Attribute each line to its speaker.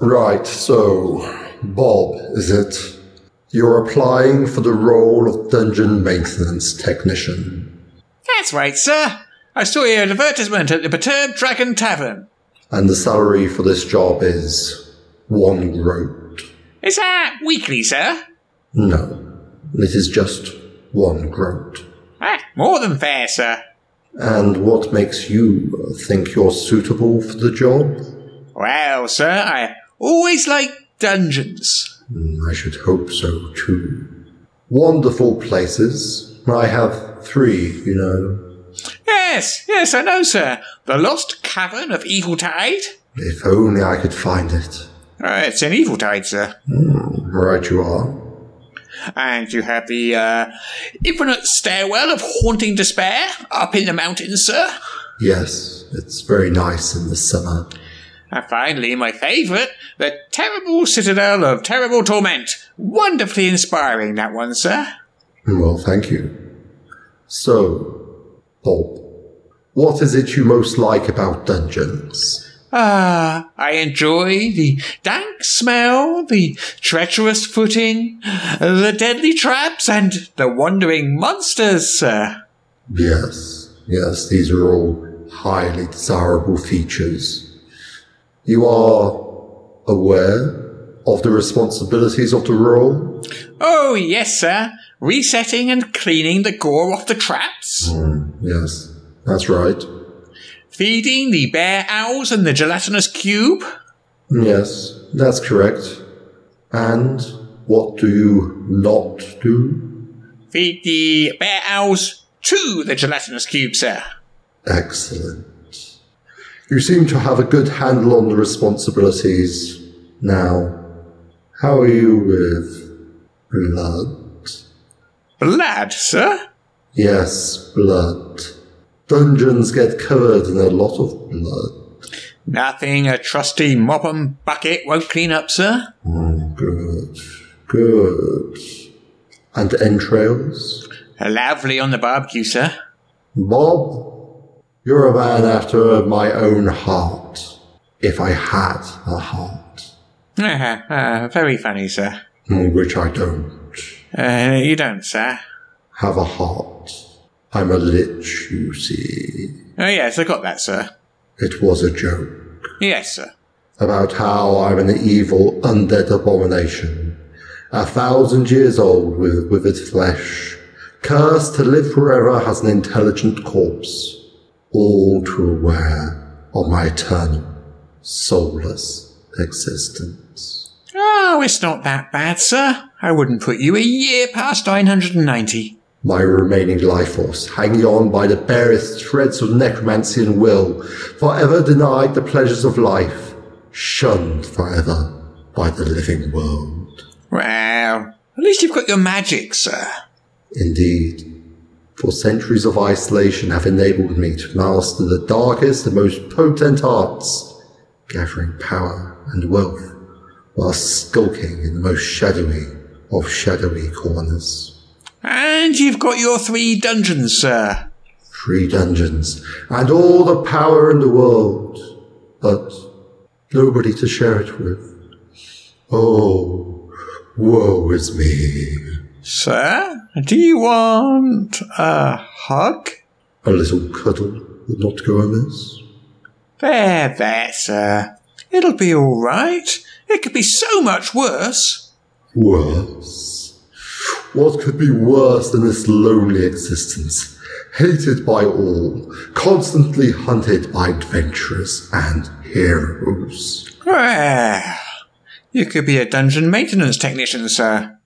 Speaker 1: Right, so, Bob, is it? You're applying for the role of dungeon maintenance technician.
Speaker 2: That's right, sir. I saw your advertisement at the Perturbed Dragon Tavern.
Speaker 1: And the salary for this job is one groat.
Speaker 2: Is that weekly, sir?
Speaker 1: No, it is just one groat.
Speaker 2: Ah, more than fair, sir.
Speaker 1: And what makes you think you're suitable for the job?
Speaker 2: Well, sir, I always like dungeons.
Speaker 1: Mm, I should hope so too. Wonderful places. I have three, you know.
Speaker 2: Yes, yes, I know, sir. The Lost Cavern of Evil Tide.
Speaker 1: If only I could find it.
Speaker 2: Uh, it's an Evil Tide, sir.
Speaker 1: Mm, right, you are.
Speaker 2: And you have the uh, Infinite Stairwell of Haunting Despair up in the mountains, sir.
Speaker 1: Yes, it's very nice in the summer.
Speaker 2: And finally, my favourite, the Terrible Citadel of Terrible Torment. Wonderfully inspiring, that one, sir.
Speaker 1: Well, thank you. So, Bob, what is it you most like about dungeons?
Speaker 2: Ah, I enjoy the dank smell, the treacherous footing, the deadly traps, and the wandering monsters, sir.
Speaker 1: Yes, yes, these are all highly desirable features. You are aware of the responsibilities of the role?
Speaker 2: Oh, yes, sir. Resetting and cleaning the gore off the traps,
Speaker 1: Hmm, yes, that's right.
Speaker 2: feeding the bear owls and the gelatinous cube.
Speaker 1: Yes, that's correct. And what do you not do?
Speaker 2: Feed the bear owls to the gelatinous cube, sir.
Speaker 1: Excellent. You seem to have a good handle on the responsibilities now. How are you with blood?
Speaker 2: Blood, sir?
Speaker 1: Yes, blood. Dungeons get covered in a lot of blood.
Speaker 2: Nothing a trusty mop and bucket won't clean up, sir.
Speaker 1: Mm, good, good. And entrails?
Speaker 2: Lovely on the barbecue, sir.
Speaker 1: Bob, you're a man after my own heart. If I had a heart,
Speaker 2: Ah, ah, very funny, sir.
Speaker 1: Mm, which I don't
Speaker 2: Uh, you don't, sir.
Speaker 1: have a heart. I'm a lich, you see.
Speaker 2: Oh, yes, I got that, sir.
Speaker 1: It was a joke
Speaker 2: Yes, sir.
Speaker 1: about how I'm an evil undead abomination, a thousand years old with withered flesh, cursed to live forever as an intelligent corpse, all too aware of my eternal, soulless existence.
Speaker 2: Oh, it's not that bad, sir. I wouldn't put you a year past 990.
Speaker 1: My remaining life force, hanging on by the barest threads of necromancy and will, forever denied the pleasures of life, shunned forever by the living world.
Speaker 2: Well, at least you've got your magic, sir.
Speaker 1: Indeed, for centuries of isolation have enabled me to master the darkest and most potent arts, gathering power and wealth while skulking in the most shadowy of shadowy corners.
Speaker 2: And you've got your three dungeons, sir.
Speaker 1: three dungeons, and all the power in the world, but nobody to share it with. Oh, woe is me.
Speaker 2: Sir, do you want a hug?
Speaker 1: A little cuddle would not go amiss.
Speaker 2: There, there, sir. It'll be all right. It could be so much worse.
Speaker 1: Worse. What could be worse than this lonely existence? Hated by all, constantly hunted by adventurers and heroes.
Speaker 2: Well, you could be a dungeon maintenance technician, sir.